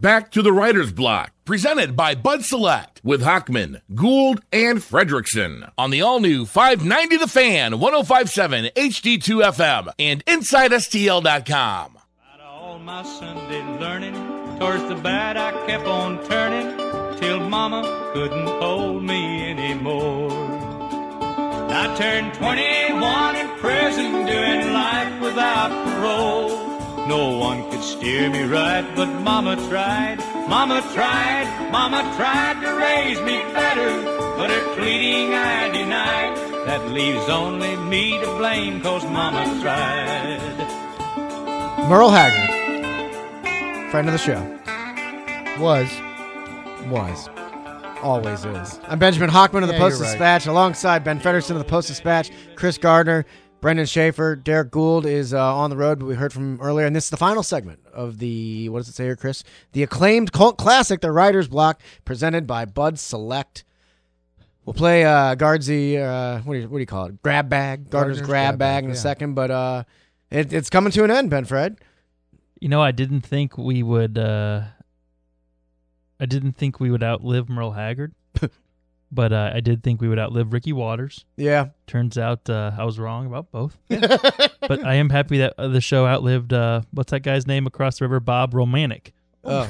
Back to the writer's block, presented by Bud Select with Hockman, Gould, and Fredrickson on the all new 590 The Fan, 1057 HD2 FM, and InsideSTL.com. Out of all my Sunday learning, towards the bad I kept on turning, till Mama couldn't hold me anymore. I turned 21 in prison, doing life without parole. No one could steer me right, but Mama tried, Mama tried, Mama tried to raise me better, but her pleading I denied. That leaves only me to blame, cause Mama tried. Merle Haggard, friend of the show, was, was, always is. I'm Benjamin Hockman of the Yeah, Post you're right. Dispatch, alongside Ben Frederickson of the Post Dispatch, Chris Gardner, Brendan Schaefer, Derek Gould is uh, on the road. but We heard from him earlier, and this is the final segment of the what does it say here, Chris? The acclaimed cult classic, The Writer's Block, presented by Bud Select. We'll play uh, Guardsy, uh, what, do you, what do you call it? Grab bag, Gardner's, grab, bag, in a yeah. second, but uh, it, it's coming to an end, Ben Fred. You know, I didn't think we would. uh I didn't think we would outlive Merle Haggard, but uh, I did think we would outlive Ricky Waters. Yeah. Turns out uh, I was wrong about both. but I am happy that uh, the show outlived uh, what's that guy's name across the river, Bob Romanek. Oh,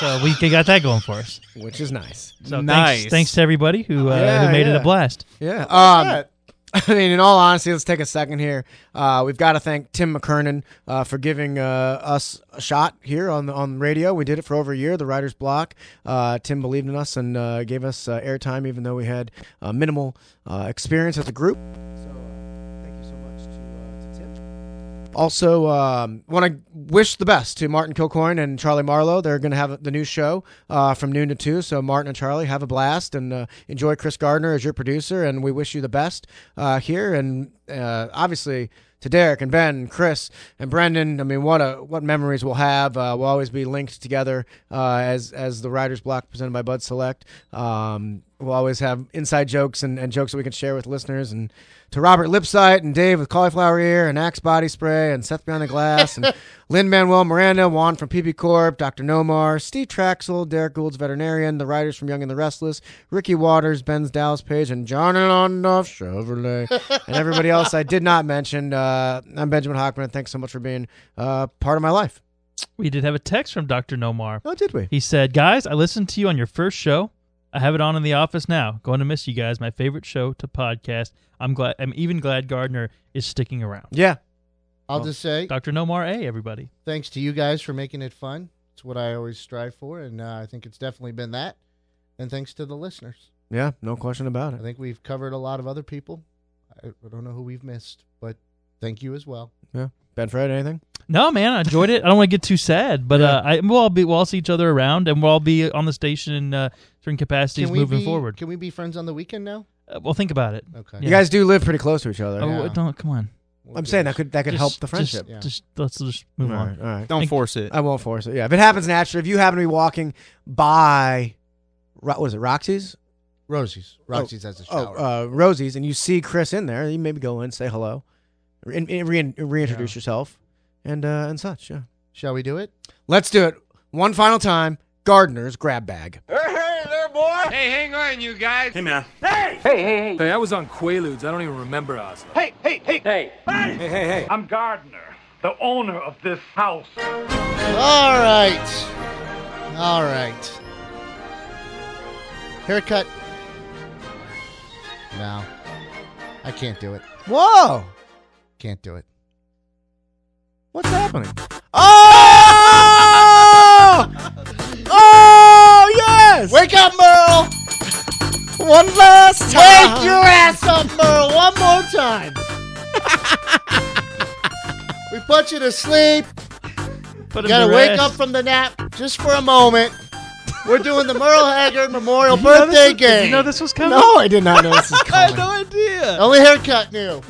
So we got that going for us. which is nice. So Nice. thanks, thanks to everybody who, uh, Yeah, who made it yeah. a blast. Yeah. Um, I mean, in all honesty, let's take a second here. Uh, we've got to thank Tim McKernan uh, for giving uh, us a shot here on the on the radio. We did it for over a year. The Writers Block. Uh, Tim believed in us and uh, gave us uh, airtime, even though we had uh, minimal uh, experience as a group. So, uh, thank you so much to, uh, to Tim. Also, um, want to wish the best to Martin Kilcoyne and Charlie Marlowe. They're going to have the new show uh, from noon to two. So, Martin and Charlie, have a blast and uh, enjoy Chris Gardner as your producer. And we wish you the best uh, here. And uh, obviously to Derek and Ben, and Chris and Brendan. I mean, what a what memories we'll have. Uh, we'll always be linked together uh, as as the Writers Block presented by Bud Select. Um, we'll always have inside jokes and, and jokes that we can share with listeners. And to Robert Lipsight and Dave with cauliflower ear and Axe body spray and Seth behind the glass and Lynn Manuel Miranda, Juan from PP Corp, Dr. Nomar, Steve Traxel, Derek Gould's veterinarian, the writers from Young and the Restless, Ricky Waters, Ben's Dallas Page, and John and Onoff Chevrolet, and everybody else I did not mention. Uh, I'm Benjamin Hockman, and thanks so much for being uh, part of my life. We did have a text from Dr. Nomar. Oh, did we? He said, Guys, I listened to you on your first show. I have it on in the office now. Going to miss you guys. My favorite show to podcast. I'm glad I'm even glad Gardner is sticking around. Yeah. I'll Well, just say Dr. Nomar A, everybody. thanks to you guys for making it fun. It's what I always strive for, and uh, I think it's definitely been that. And thanks to the listeners. Yeah, no question about I it. think we've covered a lot of other people. I I don't know who we've missed, but thank you as well. Yeah. Ben Fred, anything? No, man, I enjoyed it. I don't want to get too sad, but uh, I, we'll all be we'll all see each other around, and we'll all be on the station in uh, certain capacities Can we moving be- forward. Can we be friends on the weekend now? Uh, well, think about it. Okay. You guys do live pretty close to each other. Oh, yeah. don't come on. We'll I'm do saying this. that could that could Just- help the just- friendship. Yeah. Just let's just move All right, on. all right. Don't Thank- force it. I won't force it. Yeah, if it happens naturally, if you happen to be walking by, Ro- what is it, Roxy's? Rosie's. Roxy's has a Oh, shower. uh, Rosie's, and you see Chris in there, you maybe go in, say hello, re- re- reintroduce yourself, and uh, and such. Yeah, Shall we do it? let's do it one final time. Gardener's grab bag. Hey, I was on Quaaludes. I don't even remember Oslo. I'm Gardner, the owner of this house. All right. All right. Haircut. No. I can't do it. Whoa, Can't do it. what's happening? Oh, oh yes! Wake up, Merle! one last Wake time. your ass up, Merle, one more time. we put you to sleep. Put You him to gotta wake rest. up from the nap just for a moment. We're doing the Merle Haggard Memorial Did you know this Birthday was- Did Game. you know this was coming? No, I did not know this is coming. idea. Only haircut new.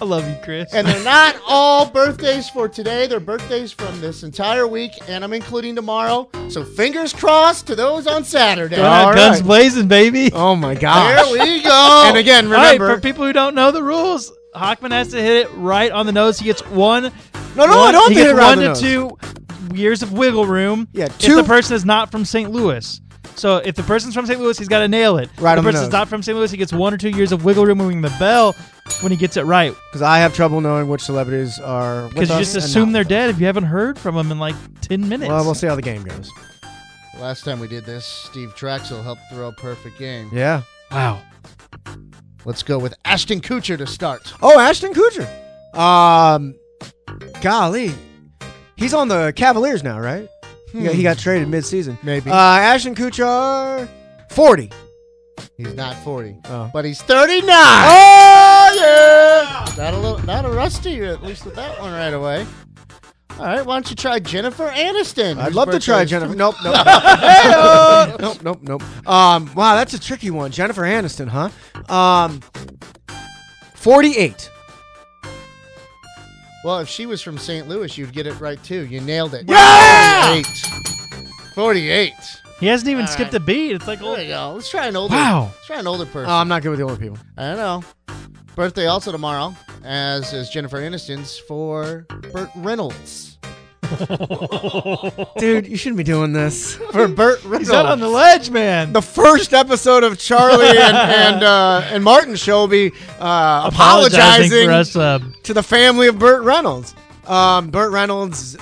I love you, Chris. And they're not all birthdays for today. They're birthdays from this entire week, and I'm including tomorrow. So fingers crossed to those on Saturday. Going out All guns right. blazing, baby. Oh my There gosh! we go. And again, All right, remember. for people who don't know the rules, Hockman has to hit it right on the nose. He gets one. no, no, I one- don't he hit gets it right on one the to nose. two years of wiggle room. Yeah, if two- the person is not from St. Louis. So if the person's from St. Louis, he's got to nail it. Right If on the the person's nose. not from St. Louis, he gets one or two years of wiggle room moving the bell when he gets it right. Because I have trouble knowing which celebrities are. Because you just assume they're dead if you haven't heard from them in like 10 minutes. Well, we'll see how the game goes. Last time we did this, Steve Traxel helped throw a perfect game. Yeah. wow. Let's go with Ashton Kutcher to start. Oh, Ashton Kutcher. Um, golly, he's on the Cavaliers now, right? He, got, he got traded mid-season. Maybe. Uh, Ashton Kutcher, forty. He's not 40, Oh. but he's 39. Oh Not a little, not a rusty, at least with that one right away. All right, why don't you try Jennifer Aniston? I'd whose love to birthday try is Jennifer. tom- Nope, nope, nope. nope, nope, nope. Um, wow, that's a tricky one. Jennifer Aniston, huh? Um, forty-eight. Well, if she was from St. Louis, you'd get it right too. You nailed it. Yeah! 48. 48. He hasn't even All skipped right. a beat. It's like, There oh, we go. Let's try an older. Wow. Let's try an older person. Oh, I'm not good with the old people. I know. Birthday also tomorrow, as is Jennifer Aniston's for Burt Reynolds. Dude, you shouldn't be doing this. For Burt Reynolds. he's out on the ledge, man. the first episode of Oh, Charlie and and, uh, and Martin show will be uh, apologizing, for us. Uh, to the family of Burt Reynolds. Um, Burt Reynolds,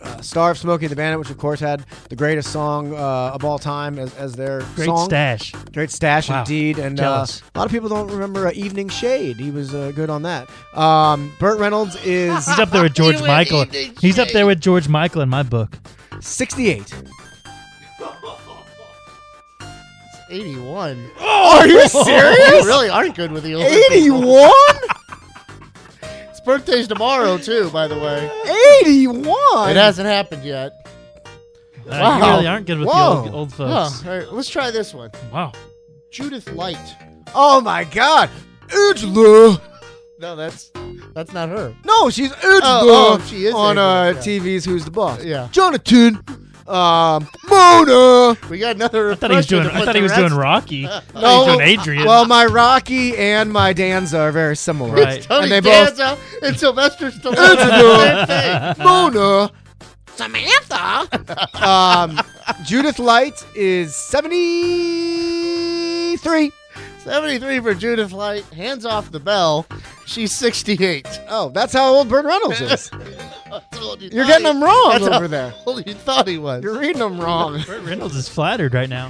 uh, star of Smokey and the Bandit, which of course had the greatest song uh, of all time as, as their great song. stash. Great stash Wow. indeed, and uh, Jealous. a lot of people don't remember uh, Evening Shade. He was uh, good on that. Um, Burt Reynolds is He's up there with George You Michael. ain't even He's up there shade. with George Michael in my book. 68. 81. Are you You serious? really aren't good with the older people. 81? His birthday's tomorrow, too, by the way. 81? It hasn't happened yet. Uh, You Wow. really aren't good with Whoa. the old, old Huh, folks. all right, let's try this one. Wow. Judith Light. Oh my god. Angela. No, that's that's not her. No, she's Angela Oh, oh, she is on uh, Angela, yeah. TV's Who's the Boss. Yeah. Jonathan. Um, Mona. We got another. I thought he was doing. I thought he was doing Rocky. I thought he was doing Adrian. Well, my Rocky and my Danza are very similar. Right. Tony And they both. Danza and Sylvester Angela. Stallone. Same thing. Mona. Samantha. um, Judith Light is 73. 73 for Judith Light. Hands off the bell. She's 68. Oh, that's how old Burt Reynolds is. You're You're getting them wrong That's over how there. old you thought he was. You're reading them wrong. Burt Reynolds is flattered right now.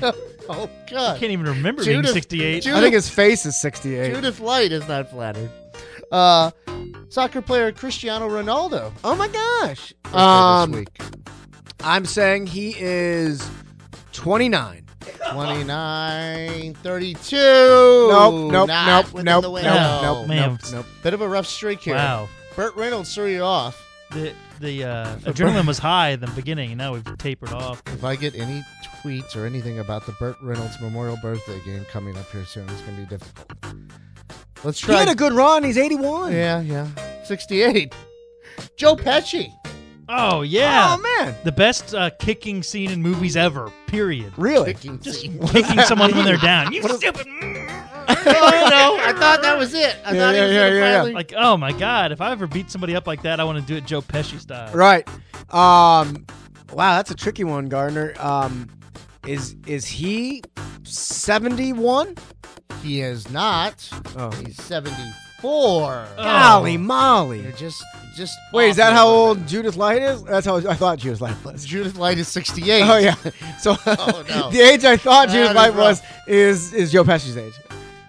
oh, God. Can't even remember being Judith- 68. Ju- I think his face is 68. Judith Light is not flattered. Uh, soccer player Cristiano Ronaldo. Oh my gosh. birthday Um, this week. I'm saying he is 29. 29, 32. Nope, nope, Not nope, within nope, the nope, Oh, window. nope, Man. nope, nope. Bit of a rough streak here. Wow. Burt Reynolds threw you off. The the uh, adrenaline was high in the beginning. Now we've tapered off. If I get any tweets or anything about the Burt Reynolds Memorial Birthday game coming up here soon, it's going to be difficult. Let's He try. had a good run. He's 81. yeah, yeah. 68. Joe Pesci. Oh yeah. Oh man. the best uh, kicking scene in movies ever. Period. Really? Kicking Just scene. kicking someone when they're down. You stupid. oh, no. I thought that was it. I Yeah, thought yeah, he yeah, was going to yeah, yeah. finally. Like oh my god, if I ever beat somebody up like that, I want to do it Joe Pesci style. Right. Um wow, that's a tricky one, Gardner. Um is is he 71? He is not. Oh. He's 74. Oh. Golly You're molly. just, just. Wait, is off that a how little old Judith Light is? That's how I thought Judith Light bit. was. Judith Light is 68. Oh yeah. So Oh, no. the age I thought Judith That Light is was rough. is is Joe Pesci's age.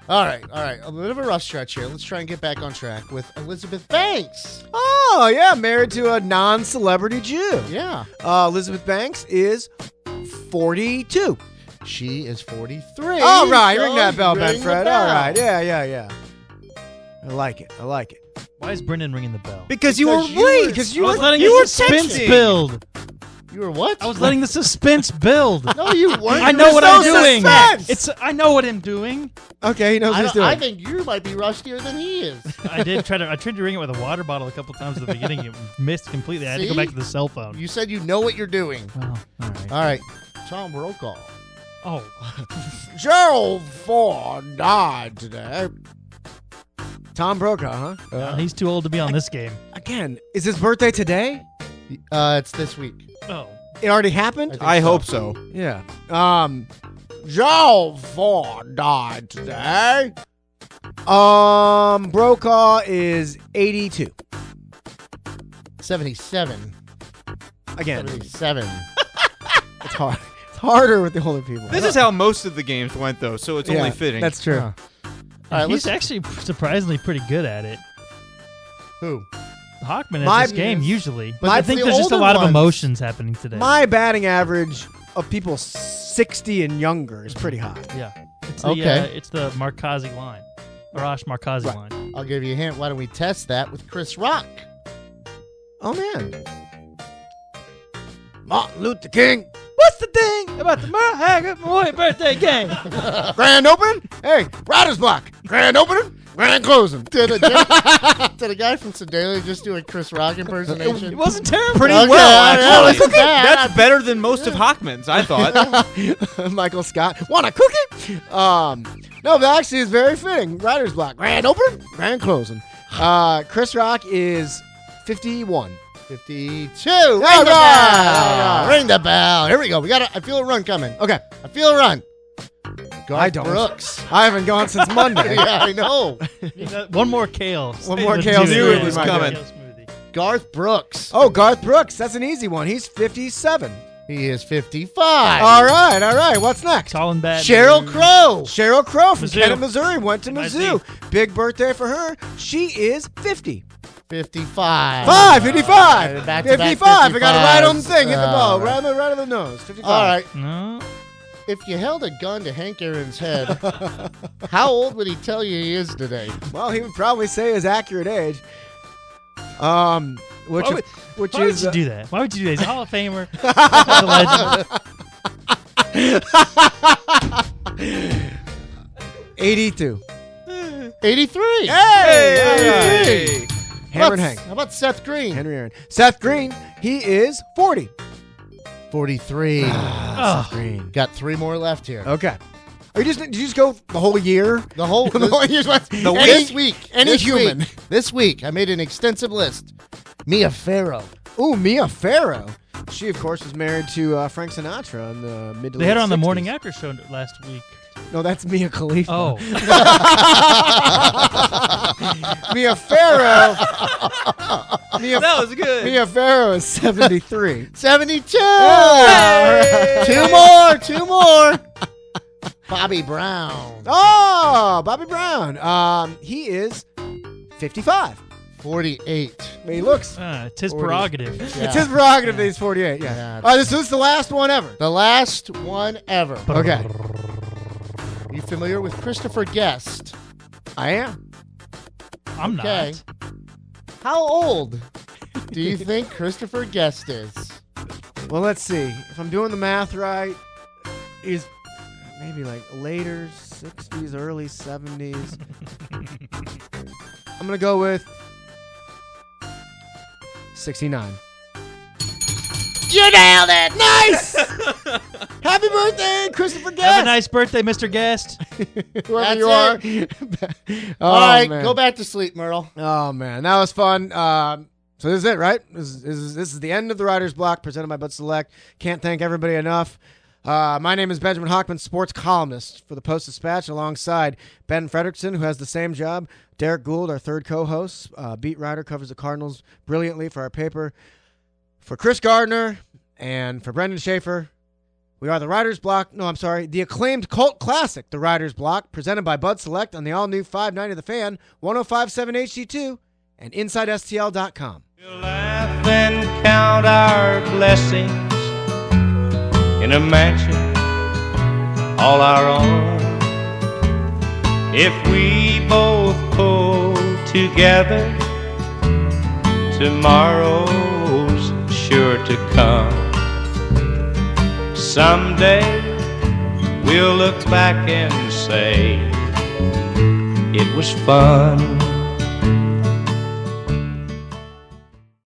All right, all right. A bit of a rough stretch here. Let's try and get back on track with Elizabeth Banks. Oh yeah, married to a non-celebrity Jew. Yeah. Uh, Elizabeth Banks is 42. She is 43. All right, so ring that bell, ring Ben the Fred. bell. All right, yeah, yeah, yeah. I like it. I like it Why is Brendan ringing the bell? because you were Because you late. were- Because I you was were letting you were the suspense texting. build. You were what? I was letting the suspense build. No, you weren't. I You know were what so I'm no doing. suspense. It's I know what I'm doing. Okay, he knows I, what he's don't- doing. I think you might be rustier than he is. I did try to. I tried to ring it with a water bottle a couple times at the beginning. It missed completely. I had to go See? back to the cell phone. You Uh, said you know what you're doing. Well, all right. All right, Tom Brokaw. Oh, Gerald Ford died today. Tom Brokaw, huh? Uh, he's too old to be on this game. Again, is his birthday today? Uh, it's this week. Oh, It already happened. think I hope so. Yeah. Um, Joe Vaughn died today. Um, Brokaw is 82. 77. Again, 77. it's hard. It's harder with the older people. This is how most of the games went, though, so it's Uh-huh. Yeah, only fitting. Uh-huh. That's true. Huh. All right, he's let's- actually surprisingly pretty good at it. Who? Hawkman at My- this game usually. But I it's think the there's just a older lot ones. of emotions happening today. My batting average of people 60 and younger is pretty high. yeah, it's the, Okay. Uh, it's the Markazi line, Arash Markazi Right. line. I'll give you a hint. Why don't we test that with Chris Rock? Oh man. Martin Luther King. What's the thing about the Merle Haggard boy birthday game? Grand open? Hey, Riders Block. Grand opening? Grand closing. Did a, did, did a guy from Sedalia just do a Chris Rock impersonation? It wasn't terrible. Pretty Okay, well. yeah, actually. that's okay. That's better than most of Hawkman's, I thought. Michael Scott. Want a cookie? Um, no, but actually, it's very fitting. Writer's block. Grand open, grand closing. Uh, Chris Rock is 51. 52. Ring the right. bell. Ring the bell. Here we go. We got. I feel a run coming. Okay. I feel a run. I don't. Brooks. I haven't gone since Monday. yeah, I know. One more kale. One more would kale do knew it yeah. was One more coming. kale smoothie. Garth Brooks. Oh, Garth Brooks. That's an easy one. He's 57. He is 55. All right, all right. What's next? Colin Batten. Oh, Cheryl Crow. Cheryl Crow from Mizzou. Kennet, Missouri went to Might Mizzou. Big birthday for her. She is 50. 55. Five, Uh, 55. Back to back 55. I got it right on the 55s. thing. Hit the ball. All Right, right. on the- right on the nose. 55. All right. No. If you held a gun to Hank Aaron's head, how old would he tell you he is today? Well, he would probably say his accurate age. Um, which Why would- which Why would is you uh, do that? Why would you do that? He's a Hall of Famer. He's a legend. uh, 82. 83. Hey! How Hammer about, and Hank. how about Seth Green? Henry Aaron. Seth Green, he is Ah. 40. 43. Oh, Green. Got three more left here. Okay. Are you just did you just go the whole year? The whole The whole year's worth. Any- The week. this week, Any this human. week- this week, I made an extensive list. Mia Farrow. Ooh, Mia Farrow. She of course was married to uh, Frank Sinatra in the mid. to they had late her on the 60s. morning after show last week. No, that's Mia Khalifa. Oh, Mia Farrow. Mia, that was good. Mia Farrow is seventy three. 72. Hey! Two more, two more. Bobby Brown. Oh, Bobby Brown. Um, he is 55. 48. I mean, he looks. uh, tis Forty. prerogative. Yeah. It's his prerogative that he's 48. Yeah. Yeah. All right, this, this is the last one ever. the last one ever. Okay. You familiar with Christopher Guest? I am. I'm Okay. not. How old do you think Christopher Guest is? Well, let's see. If I'm doing the math right, he's maybe like later 60s, early 70s. I'm going to go with 69. You nailed it. Nice! Happy birthday, Christopher Have a Guest! nice birthday, Mr. Guest. That's you are. it. Oh, All right, man. go back to sleep, Myrtle. Oh man, that was fun. Um, so this is it, right? This is, this is this is the end of the Writers Block presented by Bud Select. Can't thank everybody enough. Uh, my name is Benjamin Hockman, sports columnist for the Post Dispatch, alongside Ben Fredrickson, who has the same job. Derek Gould, our third co-host, uh, beat writer, covers the Cardinals brilliantly for our paper. For Chris Gardner and for Brendan Schaefer, we are the Writers Block. No, I'm sorry. The acclaimed cult classic, The Writers Block, presented by Bud Select on the all new 590 The Fan, 1057 HD2, and InsideSTL.com. We'll laugh and count our blessings in a mansion all our own. If we both pull together, tomorrow's sure to come. Someday we'll look back and say, it was fun.